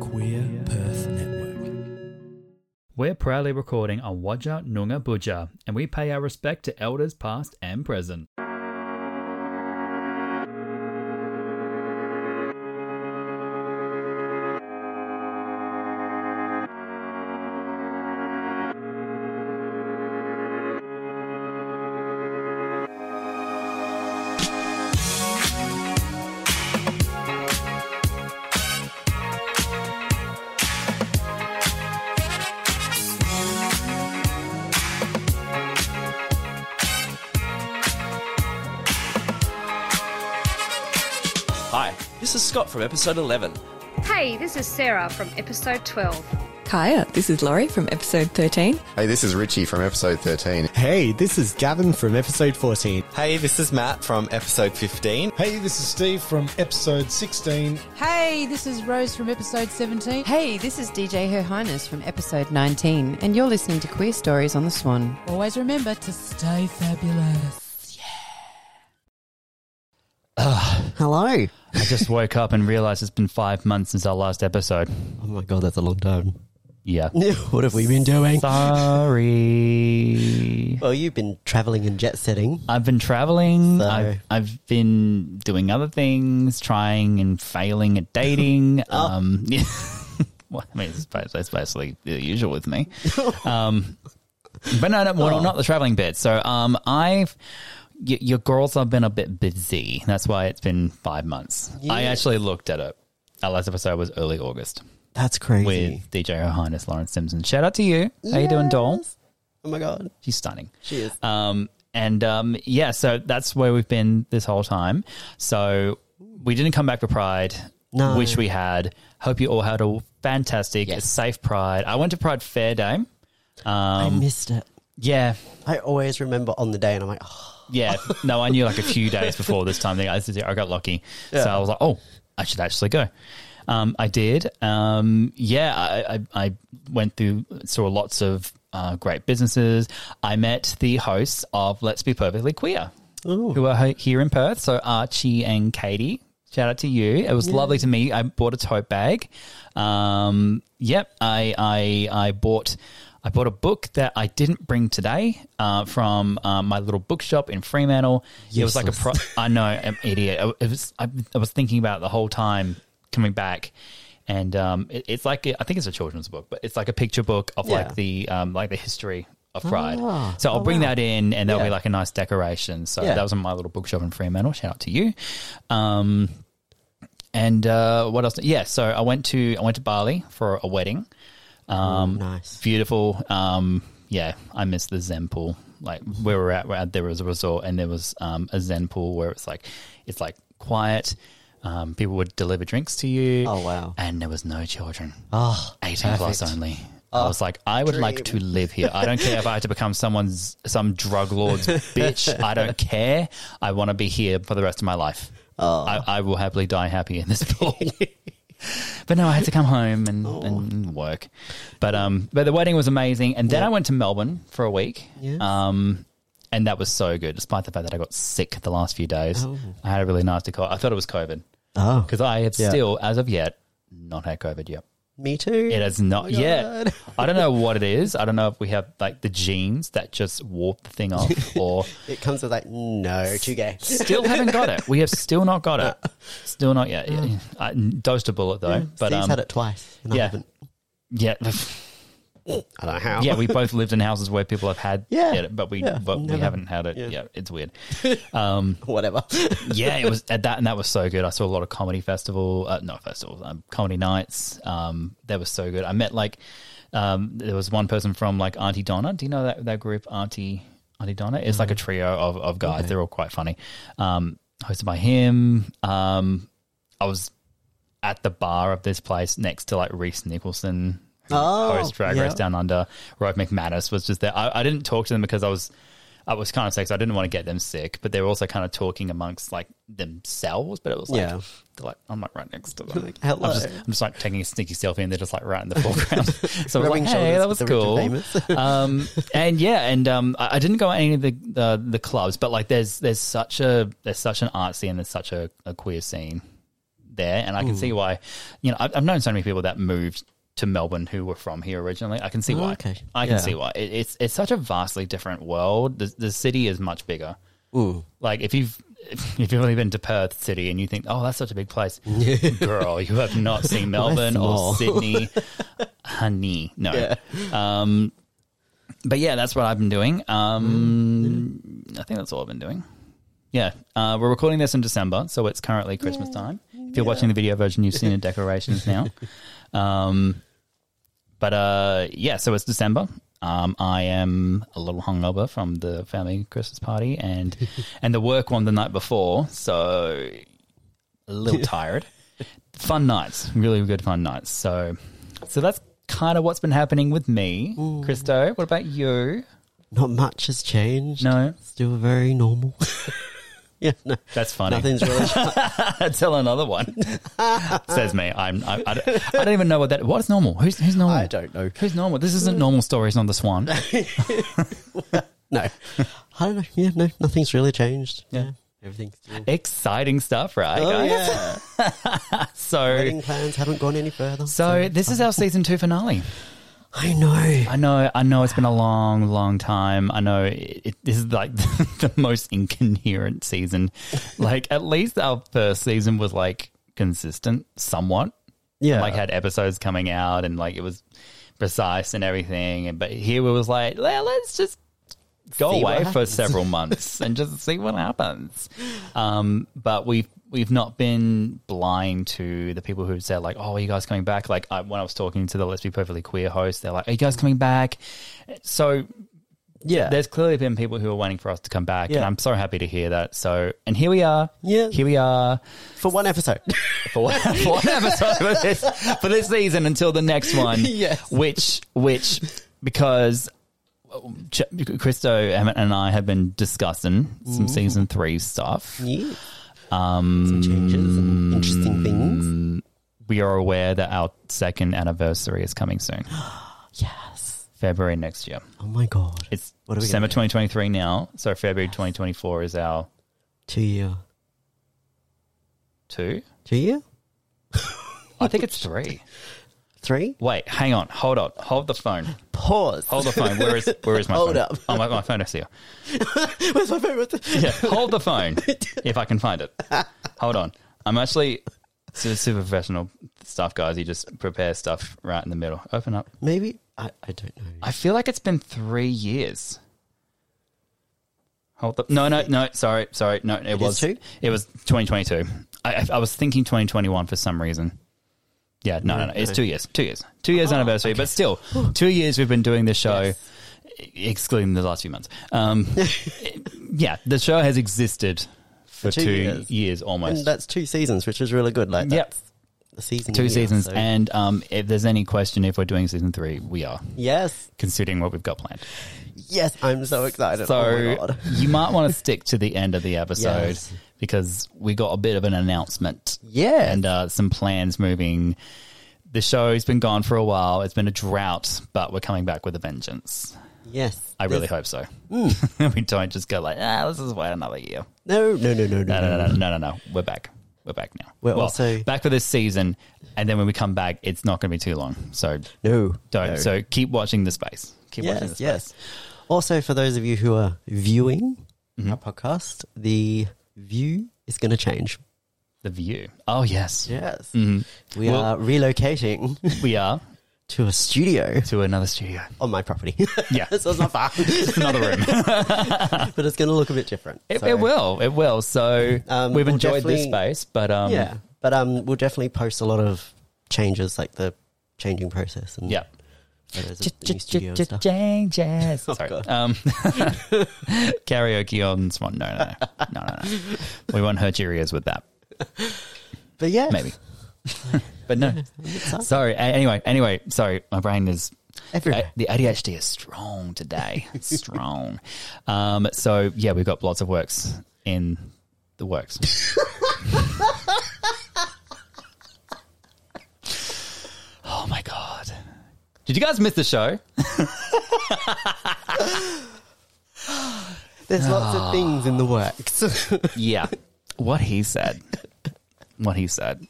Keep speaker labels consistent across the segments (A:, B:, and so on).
A: Queer Perth Network.
B: We're proudly recording on Waja Noongar Buja, and we pay our respect to elders past and present.
C: Hi, this is Scott from episode 11.
D: Hey, this is Sarah from episode 12.
E: Kaya, this is Laurie from episode 13.
F: Hey, this is Richie from episode 13.
G: Hey, this is Gavin from episode 14.
H: Hey, this is Matt from episode 15.
I: Hey, this is Steve from episode 16.
J: Hey, this is Rose from episode 17.
K: Hey, this is DJ Her Highness from episode 19, and you're listening to Queer Stories on the Swan.
J: Always remember to stay fabulous.
G: Hello.
B: I just woke up and realised it's been five months since our last episode.
G: Oh my god, that's a long time.
B: Yeah.
G: what have we been doing?
B: Sorry.
G: Well, you've been traveling and jet setting.
B: I've been traveling.
G: So-
B: I've, I've been doing other things, trying and failing at dating. Um, yeah. well, I mean, it's ba- that's basically the usual with me. Um, but no, no, well, not the traveling bit. So, um, I've. Y- your girls have been a bit busy. That's why it's been five months. I actually looked at it. Our last episode was early August
G: That's crazy.
B: with DJ Her Highness Lawrence Simpson. Shout out to you. How you doing, doll?
G: Oh my god.
B: She's stunning.
G: She is.
B: Um, and um, yeah, so that's where we've been this whole time. So we didn't come back for Pride.
G: No.
B: Wish we had. Hope you all had a fantastic,
G: Yes.
B: safe Pride. I went to Pride Fair Day. Um,
G: I missed it.
B: Yeah,
G: Um, I always remember on the day and I'm like, oh,
B: yeah. No, I knew like a few days before this time. I said, I got lucky. So I was like, oh, I should actually go. Um, I did. Um, yeah, I, I, I went through, saw lots of uh, great businesses. I met the hosts of Let's Be Perfectly Queer, who are he- here in Perth. So Archie and Katie. Shout out to you. It was lovely to meet. you. I bought a tote bag. Um, yep, I, I I bought I bought a book that I didn't bring today uh, from um, my little bookshop in Fremantle. It was like a pro- I know I'm an idiot. I, it was I, I was thinking about it the whole time coming back, and um, it, it's like I think it's a children's book, but it's like a picture book of
G: Yeah. Ah. Oh,
B: like the um, like the history of pride. so I'll bring that in, and there'll be
G: Yeah.
B: like a nice decoration. So
G: Yeah.
B: that was in my little bookshop in Fremantle. Shout out to you. Um, and uh, what else? Yeah, so I went to I went to Bali for a wedding. Um,
G: nice.
B: Beautiful. Um, yeah, I miss the Zen pool. Like where we're at, we're at there was a resort and there was um, a Zen pool where it's like it's like quiet. Um, people would deliver drinks to you.
G: Oh, wow.
B: And there was no children.
G: Oh,
B: 18 plus
G: perfect. Ah,
B: only. I was like, I would like to live here. I don't care if I have to become someone's, some drug lord's bitch. I don't care. I want to be here for the rest of my life.
G: Ah.
B: I, I will happily die happy in this pool. but no, I had to come home and,
G: Oh.
B: and work. But um, but the wedding was amazing, and then I went to Melbourne for a week. Um, and that was so good, despite the fact that I got sick the last few days. I had a really nasty cold. I thought it was COVID
G: Oh,
B: because I have
G: Yeah.
B: still, as of yet, not had COVID yet.
G: me too.
B: It has not yet. I don't know what it is. I don't know if we have like the genes that just warp the thing off or
G: It comes with like, no, too gay.
B: still haven't got it. We have still not got it. Still not yet.
G: Oh.
B: I dosed a bullet though. but
G: Steve's
B: um,
G: had it twice. And
B: yeah.
G: I haven't.
B: yeah.
G: I don't know how.
B: yeah, we both lived in houses where people have had
G: Yeah.
B: it, but we
G: Yeah.
B: but we
G: Never.
B: haven't had it. Yeah,
G: Yeah.
B: it's weird.
G: Whatever.
B: yeah, it was at that, and that was so good. I saw a lot of comedy festival, uh, not festivals, um, comedy nights. Um, that was so good. I met like um, there was one person from like Auntie Donna. Do you know that that group, Auntie Auntie Donna? It's like a
G: Mm-hmm.
B: trio of of guys. They're all quite funny. Um, hosted by him. Um, I was at the bar of this place next to like Reese Nicholson, who
G: Oh,
B: hosts Drag Race
G: yeah.
B: Down Under. Rove McManus was just there. I, I didn't talk to them because I was I was kind of sick, so I didn't want to get them sick. But they were also kind of talking amongst like themselves. But it was like
G: Yeah.
B: they're like I'm like right next to them.
G: hello.
B: I'm just, I'm just like taking a sneaky selfie, and they're just like right in the foreground. so I was
G: Rubbing
B: like, hey,
G: shoulders
B: that was
G: with the
B: cool.
G: rich and famous.
B: um, and yeah, and um, I, I didn't go to any of the, the the clubs, but like there's there's such a there's such an art scene, there's such a, a queer scene there, and I can
L: Ooh.
B: see why. You know, I've, I've known so many people that moved to Melbourne who were from here originally. I can see
L: Oh,
B: why.
L: okay.
B: I can
L: Yeah.
B: see why. It, it's it's such a vastly different world. The, the city is much bigger.
L: Ooh.
B: Like if you've if you've only been to Perth City and you think, oh, that's such a big place, girl, you have not seen Melbourne
L: small.
B: or Sydney, honey. No. Um, but yeah, that's what I've been doing. Um, I think that's all I've been doing. Yeah, uh, we're recording this in December, so it's currently Christmas time. If you're watching the video version, you've seen the decorations now. Um, but uh, yeah, so it's December. Um, I am a little hungover from the family Christmas party and and the work one the night before, so a little tired. fun nights, really good fun nights. So, so that's kind of what's been happening with me, Christo. What about you?
G: Not much has changed.
B: No.
G: Still very normal. yeah, no.
B: That's funny.
G: Nothing's really.
B: Tell another one. Says me. I'm. I, I, don't, I don't even know what that. What's normal? Who's who's normal? I
G: don't know.
B: Who's normal? This isn't normal stories on the Swan.
G: no, I don't know. Yeah, no, nothing's really changed.
B: Yeah.
G: everything's still.
B: Exciting stuff, right?
G: Oh,
B: guys?
G: yeah.
B: So
G: Wedding plans haven't gone any further.
B: So this is our season two finale.
G: I know. I
B: know. I know. It's been a long, long time. I know. It, it, this is like the most incoherent season. Like at least our first season was like consistent, somewhat.
G: Yeah.
B: Like had episodes coming out and like it was precise and everything. And but here it was like, "Well, let's just go
L: See what
B: away for
L: happens."
B: several months and just see what happens. Um, but we've we've not been blind to the people who said like, "Oh, are you guys coming back?" Like I, when I was talking to the Let's Be Perfectly Queer host, they're like, "Are you guys coming back?" So
G: yeah,
B: there's clearly been people who are waiting for us to come back, and
G: Yeah.
B: I'm so happy to hear that. So and here we are.
G: Yeah,
B: here we are
G: for one episode.
B: for one, for one episode for this for this season until the next one.
G: Yes.
B: Which which because Ch- Christo and and I have been discussing some
G: Ooh.
B: season three stuff.
G: Yeah.
B: Um, some
G: changes and interesting
B: things. We are aware that our second anniversary is coming soon.
G: yes.
B: February next year.
G: Oh my god.
B: It's
G: What are we
B: December
G: gonna do?
B: 2023 now, so February 2024 is our
G: Two year.
B: two.
G: Two year.
B: I think it's three.
G: Three.
B: Wait, hang on, hold on, hold the phone.
G: Pause.
B: Hold the phone. Where is where is my
G: Hold
B: phone?
G: up.
B: Oh my, my phone is here.
G: Where's my favorite?
B: Yeah, hold the phone if I can find it. Hold on. I'm actually super, super professional stuff, guys. You just prepare stuff right in the middle. Open up.
G: Maybe I, I don't know.
B: I feel like it's been three years. Hold the no no no sorry sorry no it,
G: is
B: was
G: two?
B: it was 2022. I, I I was thinking 2021 for some reason. Yeah no no, no. it's
L: Okay.
B: two years two years two years anniversary but still two years we've been doing this show e- excluding the last few months. Um, yeah the show has existed for two, years. almost
G: And that's two seasons, which is really good. Like
B: Yep.
G: that's a season.
B: two
G: year,
B: seasons
G: so-
B: and um, if there's any question if we're doing season three we are
G: yes,
B: considering what we've got planned.
G: yes, I'm so excited. oh my
B: So
G: god.
B: you might want to stick to the end of the episode
G: Yes.
B: because we got a bit of an announcement.
G: Yeah.
B: And uh, some plans moving. The show's been gone for a while. It's been a drought, but we're coming back with a vengeance.
G: Yes, Mm.
B: I really
G: There's-
B: hope so. we don't just go like, ah, let's just wait another year.
G: No, no, no, no, no,
B: No, no, no, no, no, no, no. We're back. We're back now.
G: We're
B: well,
G: also-
B: back for this season, and then when we come back, it's not going to be too long. So
G: no,
B: don't.
G: no.
B: So keep watching the space. Keep watching the
G: yes, yes.
B: space.
G: Also, for those of you who are viewing
B: Mm-hmm.
G: our podcast, the view is going to change.
B: The view. Oh yes,
G: Yes,
B: Mhm.
G: we
B: Well-
G: are relocating
B: We are
G: to a studio
B: to another studio.
G: on my property.
B: Yeah.
G: so it's not far,
B: another room.
G: but it's going to look a bit different.
B: It,
G: So,
B: it will. It will. So
G: Um,
B: we've
G: we'll
B: enjoyed this
G: definitely-
B: space, but um,
G: yeah, but um, we'll definitely post a lot of changes, like the changing process and
B: yeah.
G: photos of the new studio and stuff.
B: Changes.
G: Oh,
B: Sorry.
G: God.
B: Um, karaoke on Swan. No, no, no, no, no, no. We won't hurt your ears with that.
G: But yeah,
B: Maybe, but no. Sorry. A- Anyway, anyway. Sorry, my brain is.
G: Everywhere.
B: A- the ADHD is strong today. strong. Um, so yeah, we've got lots of works in the works. oh my god! Did you guys miss the show?
G: There's lots
B: Ah.
G: of things in the works.
B: Yeah. What he said. What he said.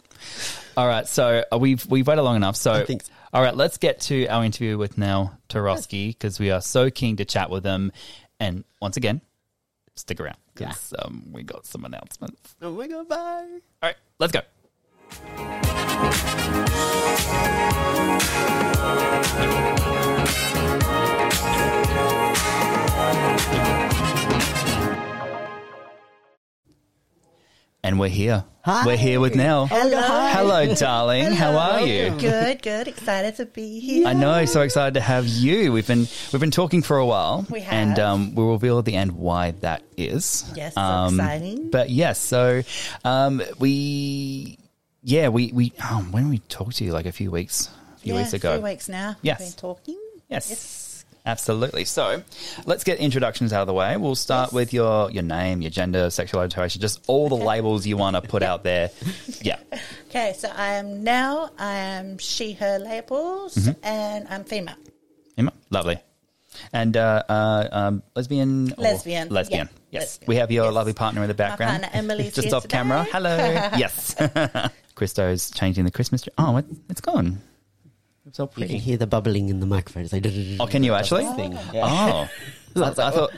B: All right, so uh, we've we've waited long enough. So,
G: I think-
B: all right, let's get to our interview with Nell Tarosky because we are so keen to chat with them. And once again, stick around because um, we got some announcements.
G: Oh my god, bye.
B: All right, let's go. And we're here.
L: Hi.
B: We're here with Nell.
L: Hello.
B: Hello, darling. How are you?
L: Good, good. Excited to be here.
B: I know. So excited to have you. We've been we've been talking for a while.
L: We have.
B: and um, we'll reveal at the end why that is. Um,
L: Yes, so exciting.
B: But yes, so um, we yeah we we oh, when we talked to you like a few weeks a few
L: yeah,
B: weeks ago.
L: Few weeks now.
B: Yes.
L: We've been talking.
B: Yes. Absolutely. So let's get introductions out of the way. We'll start with your, your name, your gender, sexual orientation, just all the labels you want to put out there. Yeah.
L: Okay, so I am now. I am she/her labels, and I'm female.
B: Emma? Mm-hmm. Lovely. And uh, uh, um, lesbian? or-
L: Lesbian,
B: Lesbian.
L: yeah.
B: Yes.
L: Lesbian,
B: We have your
L: yes.
B: lovely partner in the background.
L: partner Emily's
B: Just
L: here
B: off camera.
L: today.
B: Hello. yes. Christo's changing the Christmas tree. Oh, it, it's gone. It's all
G: You can
B: pretty.
G: hear the bubbling in the microphone. It's like,
B: Oh, can you actually?
G: Thing.
B: Oh. I, I thought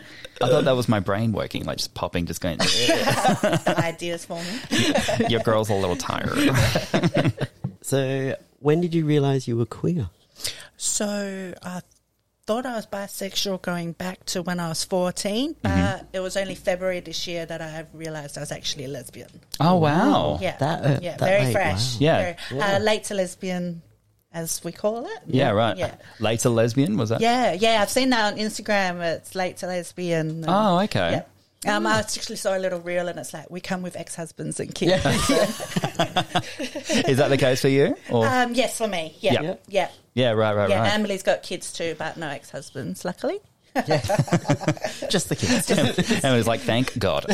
B: I thought that was my brain working, like just popping, just going.
L: Some ideas for me.
B: Your girl's a little tired.
G: So, when did you realize you were queer?
L: So I thought I was bisexual going back to when I was 14, but it was only February this year that I realised I was actually a lesbian.
B: Oh wow!
L: Yeah,
G: That, uh,
L: yeah,
G: that
L: very
G: late,
L: fresh.
G: wow.
B: Yeah.
L: Very- Uh, late to lesbian, as we call it.
B: Yeah, right.
L: Yeah.
B: Later lesbian was that?
L: Yeah, yeah, I've seen that on Instagram. It's late to lesbian.
B: Oh, okay.
L: Yeah. Um, I actually saw a little reel and it's like, we come with ex husbands and kids.
B: Is that the case for you? Or
L: um, yes, for me. Yeah.
B: Yeah.
L: Yeah. Yeah.
B: yeah, right, right, right.
L: Emily's got kids too, but no ex husbands, luckily.
G: Just the kids.
B: and it was like, thank God.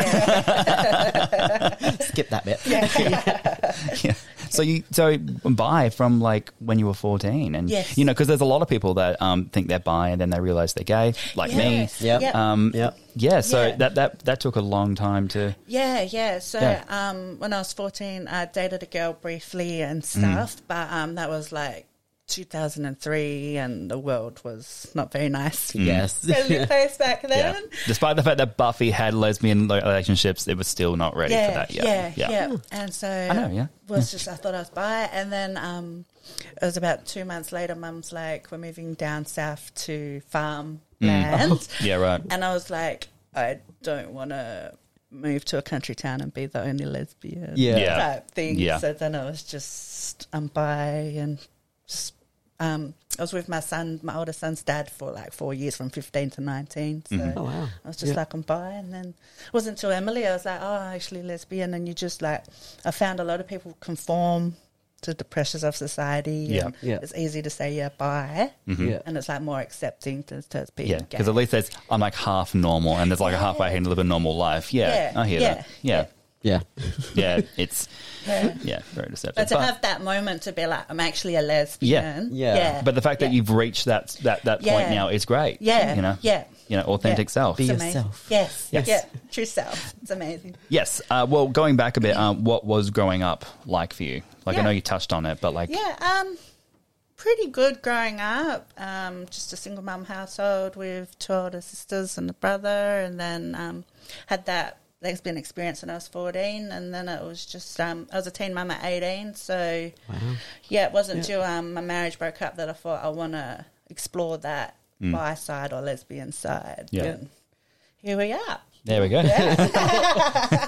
G: Skip that bit.
B: Yeah. So you so bi from like when you were fourteen, and
L: Yes.
B: you know because there's a lot of people that um, think they're bi and then they realize they're gay, like me.
L: Yes.
G: Yep.
L: Yep.
B: Um, yeah.
G: Yep.
B: So
L: Yeah.
B: that that that took a long time to.
L: Yeah, yeah. So
B: Yeah.
L: Um, when I was 14, I dated a girl briefly and stuff,
B: Mm.
L: but um, that was like 2003 and the world was not very nice.
B: mm.
G: Yes.
L: Friendly place back
B: Yeah.
L: then.
B: Despite the fact that Buffy had lesbian lo- relationships, it was still not ready for that yet.
L: Yeah, yeah. And so I
B: know, yeah.
L: was just I thought I was bi, and then um, it was about two months later. Mum's like, "We're moving down south to farm land,"
B: Yeah, right.
L: and I was like, "I don't want to." Move to a country town and be the only lesbian,
G: Yeah.
B: Yeah.
L: type thing.
B: Yeah.
L: So then I was just I'm bi and s- um, I was with my son, my older son's dad, for like four years, from fifteen to nineteen. So
B: Mm-hmm.
G: Oh, wow.
L: I was just like, I'm bi. And then it wasn't until Emily, I was like, oh, I'm actually lesbian. And you just like, I found a lot of people conform to the pressures of society.
B: Yeah. Mm.
L: and
G: Yeah.
L: It's easy to say you're bi.
B: Mm-hmm.
G: Yeah.
L: And it's like more accepting to, to being
B: Yeah,
L: gay.
B: because at least there's I'm like half normal, and there's like a halfway I can live a normal life. Yeah,
L: Yeah,
B: I hear
L: yeah,
B: that. Yeah,
G: Yeah.
B: yeah, it's
L: Yeah.
B: yeah, very deceptive.
L: But to
B: But-
L: have that moment to be like, I'm actually a lesbian.
G: Yeah.
B: but the fact that
L: yeah.
B: you've reached that that that point
L: Yeah.
B: now is great.
L: Yeah,
B: you know,
L: yeah.
B: you know, authentic
L: Yeah.
B: self.
G: Be
L: It's amazing.
G: yourself.
L: Yes.
B: Yes.
L: Yeah. True self. It's amazing.
B: yes. Uh, well, going back a bit, um, what was growing up like for you? Like I
L: Yeah.
B: know you touched on it, but like
L: Yeah, um, pretty good growing up. Um, just a single mum household with two older sisters and a brother, and then um, had that lesbian experience when I was fourteen, and then it was just um, I was a teen mum at eighteen. So yeah, it wasn't till um, my marriage broke up that I thought I want to explore that bi side or lesbian side.
B: Yeah.
L: And here we are.
B: there we go.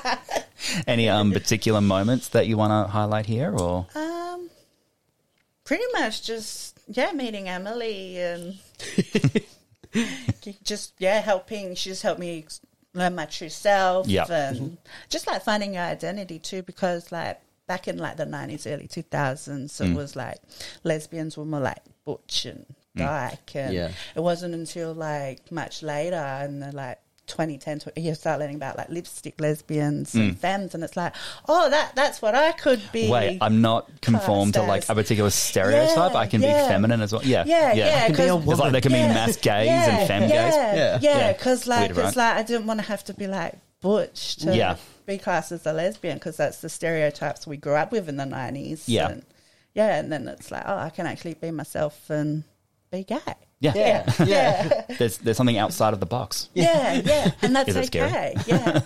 B: Any um particular moments that you want to highlight here, or
L: Um, pretty much just yeah, meeting Emily and just yeah, helping. She just helped me ex- learn my true self.
B: Yeah.
L: and just like finding your identity too, because like back in like the nineties, early two thousands,
B: Mm.
L: it was like lesbians were more like butch and
B: Mm.
L: dyke, and
G: Yeah.
L: it wasn't until like much later and the like. 2010 tw- you start learning about like lipstick lesbians
B: Mm.
L: and femmes and it's like oh that that's what i could be
B: wait, I'm not conformed to like
L: Classed
B: a
L: as-
B: particular stereotype. I can
L: yeah.
B: be feminine as well. Yeah,
L: Yeah, yeah,
G: be a
L: 'cause-
B: It's like there can be
L: yeah,
B: mass gays
L: yeah,
B: and femme gays.
L: yeah,
G: Yeah.
L: Yeah,
B: Yeah.
L: because like,
B: Weird, right?
L: it's like I didn't want to have to be like butch to
B: Yeah.
L: be classed as a lesbian because that's the stereotypes we grew up with in the nineties.
B: Yeah.
L: and yeah, and then it's like, oh, I can actually be myself and be gay.
B: Yeah.
L: yeah, yeah,
B: there's there's something outside of the box.
L: yeah, yeah. and that's
B: Is it scary?
L: okay. Yeah,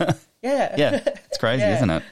L: yeah,
B: Yeah, it's crazy,
L: Yeah.
B: isn't it?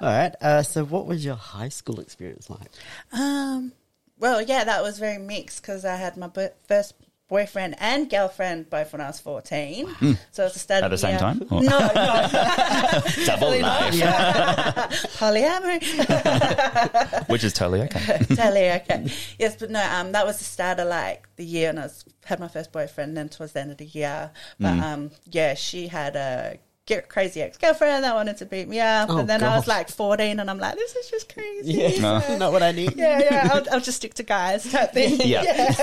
G: All right. Uh, so, what was your high school experience like?
L: Um, well, yeah, that was very mixed because I had my bo- first boyfriend and girlfriend both when I was 14. So it's a start
B: Hmm. At the same
L: yeah.
B: time?
L: No,
B: Or-
L: no,
B: Double life,
L: polyamory.
B: which is totally okay.
L: totally okay. Yes, but no, um, that was the start of like the year, and I was, had my first boyfriend. Then towards the end of the year, but
B: Mm.
L: um, yeah, she had a get crazy ex girlfriend that wanted to beat me up,
G: Oh,
L: and then I was
G: God.
L: like fourteen, and I'm like, this is just crazy.
B: No.
G: Not what I need.
L: Yeah, yeah, I'll, I'll just stick to guys type thing.
B: Yeah.
L: yeah,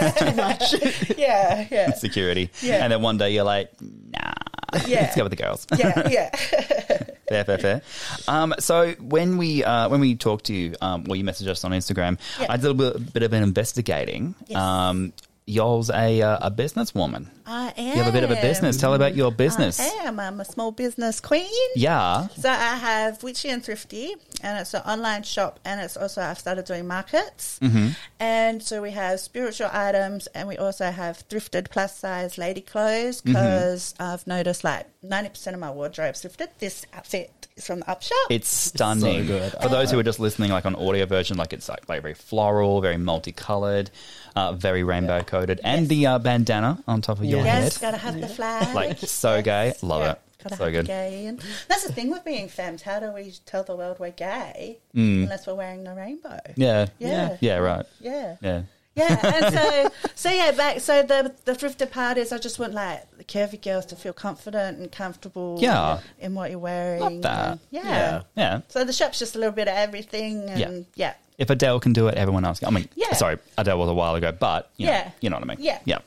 L: yeah, yeah,
B: Security.
L: Yeah.
B: And then one day you're like, nah, let's go with the girls.
L: yeah, yeah.
B: fair, fair, fair. Um, so when we uh, when we talked to you, um, well, you messaged us on Instagram.
L: Yeah.
B: I did a bit, bit of an investigating.
L: Yes.
B: Um, y'all's a uh, a businesswoman.
L: I am.
B: You have a bit of a business. Tell about
L: Uh,
B: your business.
L: I am. I'm a small business queen.
B: Yeah.
L: So I have Witchy and Thrifty, and it's an online shop, and it's also I've started doing markets,
B: Mm-hmm.
L: and so we have spiritual items, and we also have thrifted plus size lady clothes
B: Mm-hmm.
L: because I've noticed like ninety percent of my wardrobe's thrifted. This outfit is from the Up Shop.
B: It's stunning.
I: so good.
B: For
L: Uh-huh.
B: those who are just listening, like on audio version, like it's like, like very floral, very multicolored, uh, very rainbow coded, and the uh, bandana on top of your
L: yes,
B: head,
L: gotta have the flag.
B: like so gay. Love
L: Yeah,
B: it.
L: Gotta
B: So
L: have
B: good.
L: the gay. And that's the thing with being femmes. How do we tell the world we're gay unless we're wearing the rainbow?
B: Mm. Yeah.
L: Yeah.
B: Yeah. Right.
L: Yeah.
B: Yeah.
L: Yeah, and so so yeah, back so the the thrifted part is I just want like the curvy girls to feel confident and comfortable
B: Yeah.
L: in what you're wearing.
B: Love that.
L: and- yeah.
B: Yeah.
L: So the shop's just a little bit of everything and yeah.
B: If Adele can do it, everyone else can. I mean,
L: Yeah.
B: sorry, Adele was a while ago, but you
L: Yeah.
B: know, you know what I mean.
L: Yeah.
B: Yeah.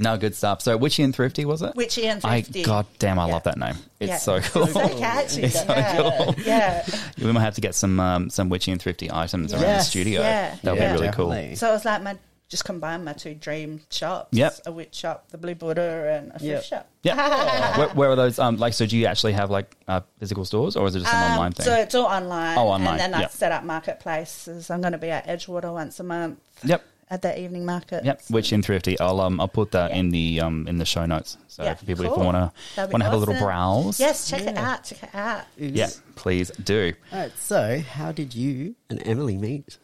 B: No, good stuff. So, Witchy and Thrifty, was it?
L: Witchy and Thrifty.
B: I, God damn, I
L: Yeah.
B: love that name. It's
L: Yeah.
B: so cool.
L: It's so catchy.
B: It's so
L: yeah.
B: cool.
L: yeah.
B: We might have to get some um, some witchy and thrifty items around the
G: Yes.
B: studio.
L: Yeah.
B: That would
L: Yeah.
B: be really
G: Definitely.
L: So it was like my just combine my two dream shops.
B: Yep.
L: A witch shop, the Blue Buddha and a thrift
G: Yep.
L: shop.
B: cool. Yeah. where, where are those? Um, like, so do you actually have like uh, physical stores, or is it just an
L: Um,
B: online thing?
L: So it's all online.
B: Oh, online,
L: And then I
B: yep.
L: set up marketplaces. I'm going to be at Edgewater once a month
B: yep.
L: at the evening market.
B: Yep, witchy and thrifty. I'll um I'll put that in the um in the show notes. So
L: Yeah,
B: for people if
L: cool.
B: you wanna
L: That'd be
B: wanna have a little
L: awesome.
B: browse.
L: Yes, check it out. Check it out.
B: Yeah, please do.
G: All right. So, how did you and Emily meet?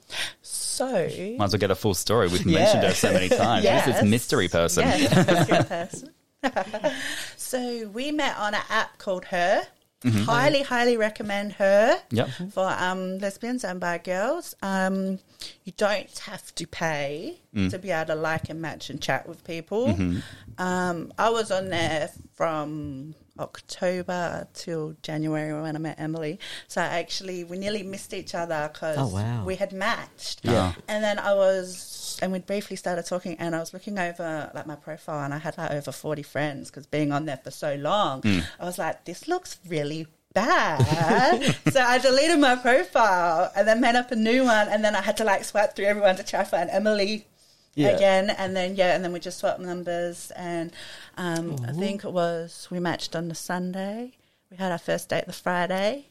L: So.
B: Might as well get a full story. We've mentioned her so many times. This
L: Yes.
B: is mystery person.
L: Yes, mystery person. so we met on an app called Her.
B: Mm-hmm.
L: Highly, highly recommend her
B: Yep.
G: Mm-hmm.
L: for um, lesbians and bi girls. Um, you don't have to pay
G: Mm.
L: to be able to like and match and chat with people.
G: Mm-hmm.
L: Um, I was on there from October till January when I met Emily. So actually, we nearly missed each other because
G: Oh, wow.
L: we had matched.
B: Yeah.
L: And then I was, and we briefly started talking, and I was looking over like my profile, and I had like over forty friends because being on there for so long, I was like, this looks really bad. so I deleted my profile and then made up a new one, and then I had to like swipe through everyone to try to find Emily.
G: Yeah.
L: Again and then yeah and then we just swapped numbers and um, I think it was we matched on the Sunday we had our first date the Friday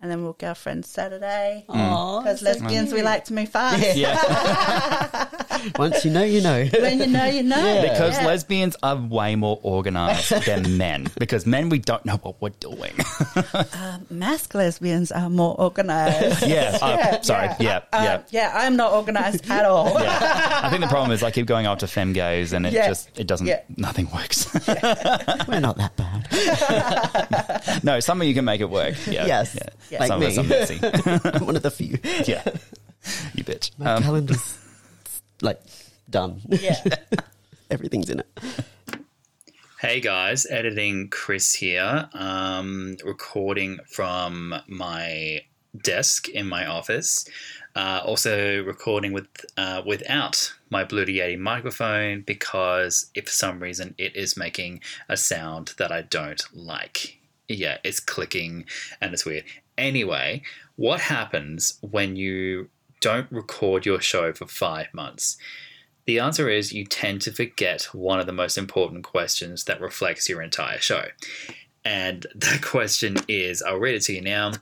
L: and then we were girlfriends Saturday
B: Mm.
L: because lesbians we like to move fast
B: Yeah.
G: Once you know, you know.
L: when you know, you know.
B: Because
L: Yeah.
B: lesbians are way more organized than men. Because men we don't know what we're doing.
L: mask lesbians are more organized.
B: Yeah. uh, sorry. Yeah.
L: Um,
B: Yeah.
L: yeah, I'm not organized at all.
B: yeah. I think the problem is I keep going after femme gays and it
L: Yeah.
B: just it doesn't
L: Yeah.
B: nothing works.
G: We're not that bad.
B: no, some of you can make it work. Yeah.
G: Yes.
B: Yeah.
G: Yeah. Like
B: some of us are
G: me.
B: messy.
G: I'm one of the few.
B: yeah. You bitch. Uh,
G: My calendar's like done.
L: Yeah.
G: Everything's in it.
B: Hey guys, editing Chris here, um, recording from my desk in my office. Uh, also recording with uh, without my Blue Yeti microphone because if for some reason it is making a sound that I don't like. Yeah, it's clicking and it's weird. Anyway, what happens when you don't record your show for five months? The answer is you tend to forget one of the most important questions that reflects your entire show. And that question is I'll read it to you now.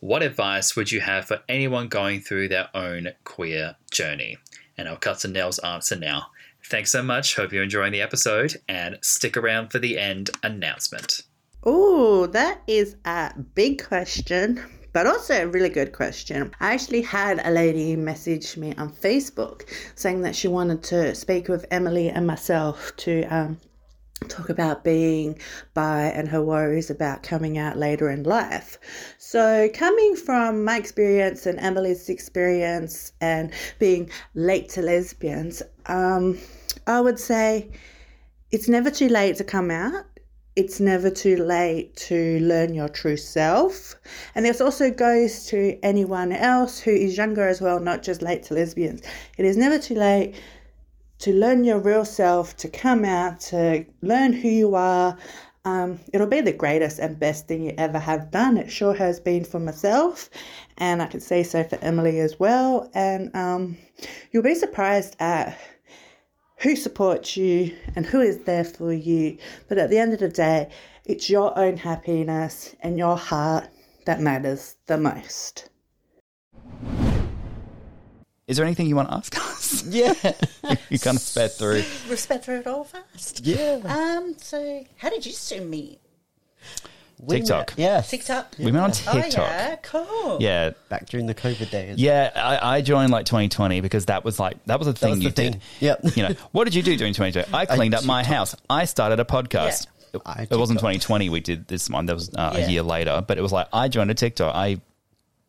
B: What advice would you have for anyone going through their own queer journey? And I'll cut to Nell's answer now. Thanks so much. Hope you're enjoying the episode and stick around for the end announcement.
L: Oh, that is a big question, but also a really good question. I actually had a lady message me on Facebook saying that she wanted to speak with Emily and myself to um, talk about being bi and her worries about coming out later in life. So, coming from my experience and Emily's experience and being late to lesbians, um, I would say it's never too late to come out. It's never too late to learn your true self. And this also goes to anyone else who is younger as well, not just late to lesbians. It is never too late to learn your real self, to come out, to learn who you are. Um, it'll be the greatest and best thing you ever have done. It sure has been for myself, and I can say so for Emily as well. And um, you'll be surprised at who supports you and who is there for you. But at the end of the day, it's your own happiness and your heart that matters the most.
B: Is there anything you want to ask us?
H: Yeah.
B: you kind of
H: Sped through.
L: Respect for it all fast.
H: Yeah.
L: Um, so how did you two meet?
G: We met-
B: TikTok.
G: yeah.
L: TikTok.
B: We met on
L: Oh
B: TikTok.
L: yeah, cool.
B: yeah.
G: Back during the COVID days.
B: Yeah, I, I joined like 2020 because that was like that was a thing
G: was
B: you
G: the thing.
B: did.
G: Yep.
B: You know, what did you do during 2020? I cleaned up my house. I started a podcast. It-
G: I
B: It, wasn't
G: TikTok.
B: 2020. We did this one. That was uh,
L: Yeah.
B: a year later. But it was like I joined a TikTok. I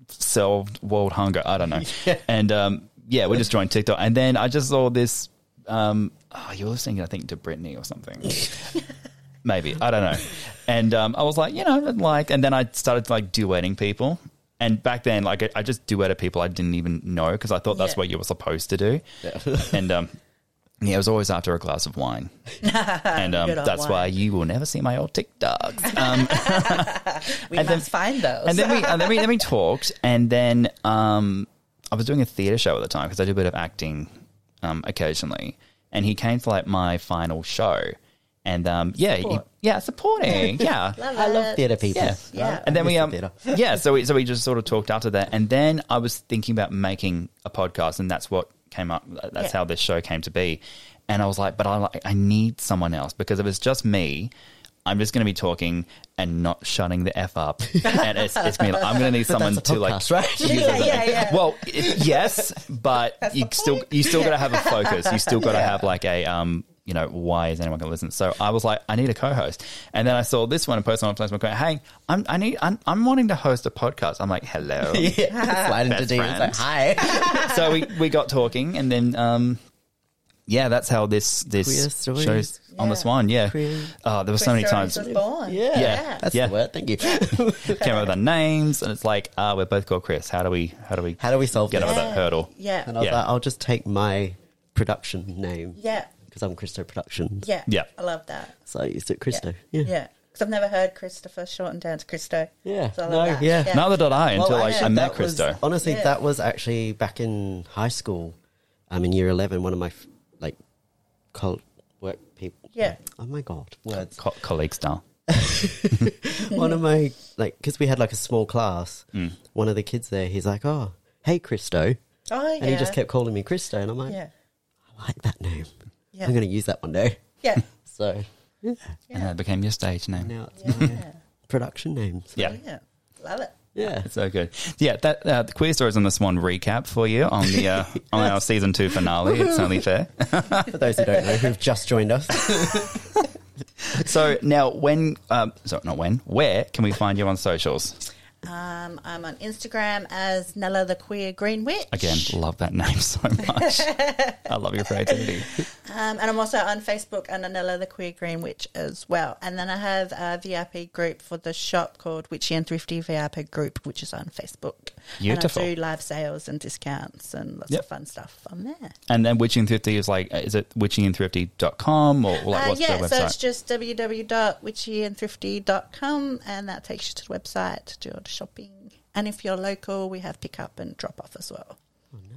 B: solved world hunger. I don't know. And um, yeah, we just joined TikTok. And then I just saw this. Um, oh, you were listening, I think, to Brittany or something. Maybe I don't know. And um, I was like, you know, like, and then I started like duetting people. And back then, like, I- I just duetted people I didn't even know because I thought that's
L: Yeah.
B: what you were supposed to do. and um, yeah, it was always after a glass of wine. and um,
L: Good old
B: that's
L: wine.
B: why you will never see my old TikToks. Um,
L: We
B: And then-
L: must find those.
B: and then we and then we, then we talked, and then um, I was doing a theatre show at the time because I do a bit of acting um, occasionally, and he came to like my final show, and um, yeah, he-
G: Support.
B: yeah, supporting, yeah,
G: I love theatre people.
B: yeah,
L: Yeah.
B: And then
G: I miss
B: we
G: the
B: um,
G: theatre.
B: yeah, so we so we just sort of talked after that, and then I was thinking about making a podcast, and that's what came up. That's
L: Yeah.
B: how this show came to be, and I was like, but I like I need someone else because if it's just me. I'm just going to be talking and not shutting the f up, and it's, it's gonna be like, I'm going to need someone
G: That's a
B: to like
G: podcast, right?
L: yeah, yeah, yeah.
B: well, it, yes, but you still you still got to have a focus. You still got to have like a um, you know, why is anyone going to listen? So I was like, I need a co-host, and then I saw this one and posted on Facebook. Going, hey, I'm I need I'm, I'm wanting to host a podcast. I'm like, hello.
G: yeah. Slide into
B: Best
G: D. It's like,
B: friends.
G: hi.
B: so we we got talking, and then um. Yeah, that's how this
G: Queer
B: this
G: stories.
B: shows on the Swan. Yeah,
G: Queer-
B: oh, there were so many times.
L: Was born.
G: Yeah.
B: Yeah.
G: That's
B: Yeah.
G: the word. Thank you.
B: Came up with our names, and it's like, ah, we're both called Chris. How do we? How do we?
G: How do we solve
B: get
G: this?
B: over that hurdle?
L: Yeah.
G: And I was
B: Yeah.
G: like, I'll just take my production name.
L: Yeah.
G: Because I'm Christo Productions.
L: Yeah.
B: Yeah.
L: I love that.
G: So I used it Christo. Yeah.
L: Yeah. Because I've never heard Christopher shortened down to Christo.
G: Yeah.
L: So I
G: No,
L: love that.
G: yeah.
B: Neither did I until I,
G: actually,
B: I met
G: that was-
B: Christo.
G: honestly,
L: Yeah.
G: that was actually back in high school. I'm in year 11. One of my, f- like, cult work people.
L: Yeah.
G: Oh my God. Words.
B: Co- colleague style.
G: one of my like because we had like a small class one of the kids there he's like oh hey christo and
L: Oh, yeah.
G: he just kept calling me christo and i'm like
L: Yeah.
G: i like that name
L: Yeah.
G: i'm going to use that one day
L: Yeah.
G: so
B: And that became your stage name.
G: now it's my
L: Yeah.
G: production name so,
B: Yeah.
L: yeah. Love it.
G: yeah
B: So good. Yeah, that uh, the queer stories on the Swan recap for you on the uh, on our season two finale. It's only fair.
G: for those who don't know who've just joined us
B: So now, when um, sorry, not when, where can we find you on socials?
L: Um, I'm on Instagram as Nella the Queer Green Witch.
B: Again, love that name so much. I love your creativity.
L: Um, and I'm also on Facebook under Nella the Queer Green Witch as well. And then I have a VIP group for the shop called Witchy and Thrifty VIP group, which is on Facebook.
B: Beautiful.
L: And I do live sales and discounts and lots
B: Yep.
L: of fun stuff on there.
B: And then Witching Thrifty is like, uh, is it witchingandthrifty.com or like
L: Uh,
B: what's
L: yeah,
B: their
L: so
B: website?
L: it's just www.witchyandthrifty.com and that takes you to the website to do all the shopping. And if you're local, we have pick up and drop off as well.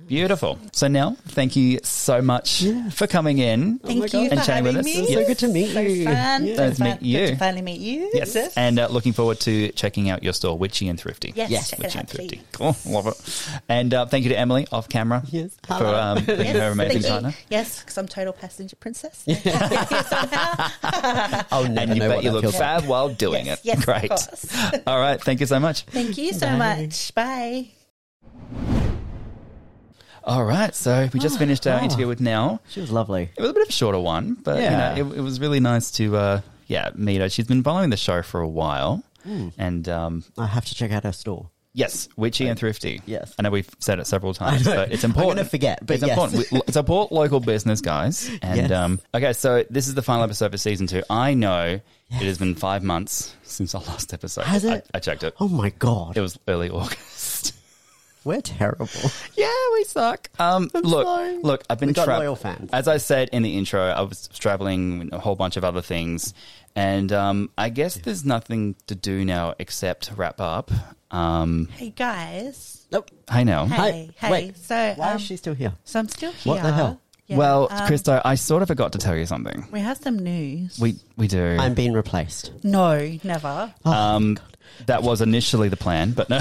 B: Beautiful. So now, thank you so much for coming in
L: Thank you for
B: and chatting
L: having
B: with us.
L: me.
B: Yeah.
G: Oh So good to meet
L: So
G: you.
L: fun.
G: Yeah.
L: So
B: Nice to
L: fun.
B: meet
L: Good
B: you.
L: to finally meet you.
B: Yes. And uh, looking forward to checking out your store, Witchy and Thrifty.
L: Yes, Yes. check it
B: Witchy
L: out,
B: and Thrifty.
L: please.
B: Cool. Love it. And uh, thank you to Emily off camera
G: Yes.
B: for um, being her amazing
L: thank you.
B: partner.
L: Yes, because I'm total passenger princess. Yes, somehow.
G: I'll never
B: And you
G: know
B: bet
G: what
B: you
G: that
B: look
G: feels like.
B: fab while doing
L: Yes,
B: it.
L: yes, of
B: Great.
L: course.
B: All right. Thank you so much.
L: Thank you so much. Bye.
B: All right. So we
G: Ah,
B: just finished our interview with Nell.
G: She was lovely.
B: It was a bit of a shorter one, but
G: Yeah.
B: you know, it, it was really nice to uh, yeah meet her. She's been following the show for a while,
G: Hmm.
B: and um,
G: I have to check out her store.
B: yes, witchy and thrifty.
G: Yes.
B: I know we've said it several times, but it's
G: I'm
B: important.
G: gonna forget, but
B: it's
G: yes.
B: important. We- support local business, guys. And
G: Yes.
B: um, okay, so this is the final episode for season two. I know it has been five months since our last episode.
G: Has
B: I-
G: it?
B: I, checked it.
G: Oh my god,
B: It was early August.
G: we're terrible.
B: Yeah, we suck. Um, look,
G: sorry.
B: look, I've been
G: We got
B: trav-
G: loyal fans.
B: As I said in the intro, I was traveling with a whole bunch of other things, and um, I guess there's nothing to do now except wrap up. Um,
L: Hey guys.
G: nope.
B: I know.
L: Hey, hey.
G: wait.
L: So,
G: Why
L: um,
G: is she still here?
L: so I'm still here.
G: What the hell?
L: Yeah,
B: well,
L: um,
B: Christo, I sort of forgot to tell you something.
L: we have some news.
B: We we do.
G: I'm being replaced.
L: no, never.
B: um, that was initially the plan, but no.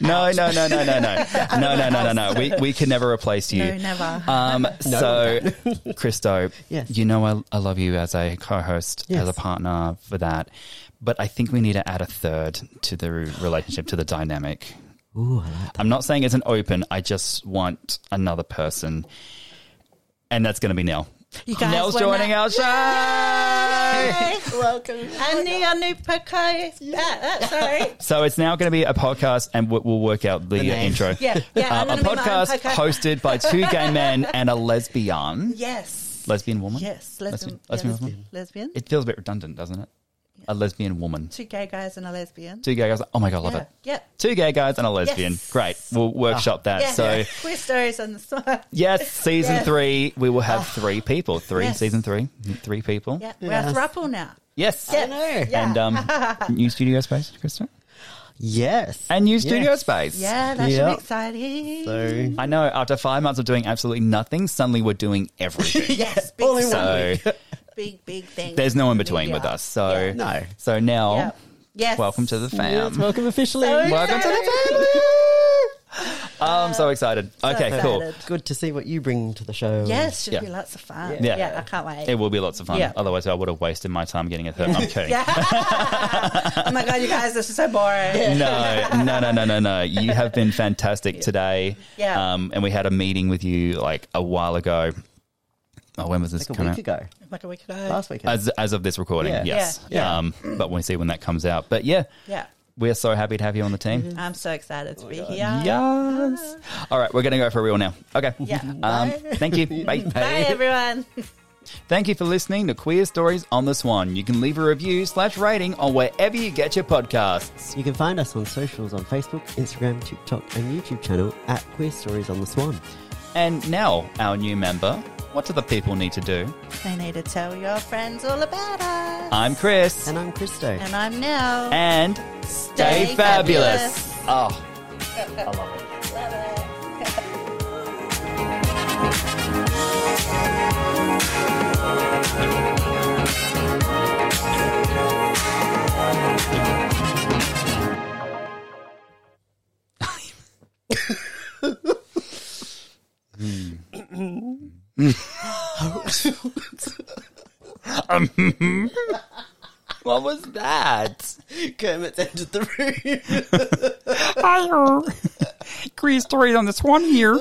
B: no, no, no, no, no, no, no, no, no, no, no. We we can never replace you.
L: No, never.
B: Um, so, Christo,
G: Yes.
B: you know I, I love you as a co-host,
G: Yes.
B: as a partner for that, but I think we need to add a third to the relationship, to the dynamic.
G: Ooh, I like that.
B: I'm not saying it's an open. I just want another person, and that's going to be Nell.
L: You guys
B: Nell's
L: were
B: joining
L: not-
B: our show.
L: Welcome. I knew I knew Poco. Ah, ah, sorry.
B: So it's now going to be a podcast, and we'll, we'll work out the, uh,
G: name.
B: intro.
L: Yeah, yeah, I'm
B: Um, a
L: gonna be my own
B: podcast
L: podcast.
B: hosted by two gay men and a lesbian,
L: Yes.
B: lesbian woman.
L: Yes.
B: Lesbian- lesbian
L: Lesbian. Lesbian.
B: woman.
L: Lesbian.
B: It feels a bit redundant, doesn't it? A lesbian woman.
L: Two gay guys and a lesbian.
B: Two gay guys. Oh my god, love
L: yeah.
B: it.
L: Yep.
B: Two gay guys and a lesbian.
L: Yes. Oh.
B: Great. We'll workshop that.
L: Yeah.
B: So
L: queer stories on the side.
B: yes, season
L: Yes.
B: three we will have three people. Three
L: Oh. Yes.
B: season three, three people.
L: Yeah, we're a throuple now.
B: Yes.
L: know.
B: And um, new studio space, Krista,
G: Yes.
B: and new
G: Yes.
B: studio space.
L: Yeah, that should
G: Yeah.
L: be exciting.
G: So
B: I know. After five months of doing absolutely nothing, suddenly we're doing everything.
L: yes, big,
G: All in one
B: so
L: big, big thing.
B: there's no in between
L: Yeah.
B: with us. So
L: Yeah.
G: no.
B: So now,
L: Yeah. Yes.
B: welcome to the fam.
G: Yes, welcome officially.
L: So-
B: welcome to the family. Oh, I'm so excited. okay, cool.
L: excited.
G: Good to see what you bring to the show.
L: Yes, should
B: Yeah.
L: be lots of fun.
B: Yeah.
L: Yeah, I can't wait.
B: It will be lots of fun.
L: Yeah.
B: Otherwise, I would have wasted my time getting a third. I'm kidding.
L: yeah. oh my god, you guys, this is so boring.
B: No, no, no, no, no, no. You have been fantastic today.
L: Yeah.
B: Um, and we had a meeting with you like a while ago. Oh, when was this
G: Like a
B: come
G: week
B: out?
G: ago.
L: Like a week ago.
G: Last weekend.
B: As as of this recording,
G: Yeah.
B: yes.
L: Yeah. Yeah.
B: Um, but we'll see when that comes out. But yeah,
L: Yeah,
B: we're so happy to have you on the team.
L: I'm so excited
B: Oh
L: to be here.
B: Yes. All right, we're gonna go for real now. Okay.
L: Mm-hmm. Yeah.
B: Um,
L: Bye.
B: thank you. Bye.
L: Bye, everyone.
B: Thank you for listening to Queer Stories on the Swan. You can leave a review slash rating on wherever you get your podcasts.
G: You can find us on socials on Facebook, Instagram, TikTok, and YouTube channel at Queer Stories on the Swan.
B: And now, our new member, what do the people need to do?
L: they need to tell your friends all about us.
B: I'm Chris.
G: And I'm Christo.
L: and I'm now.
B: And stay,
L: Stay
B: fabulous.
L: fabulous.
B: Oh. What was that?
G: Kermit's entered the room.
B: Hi, Queer Stories on the Swan here.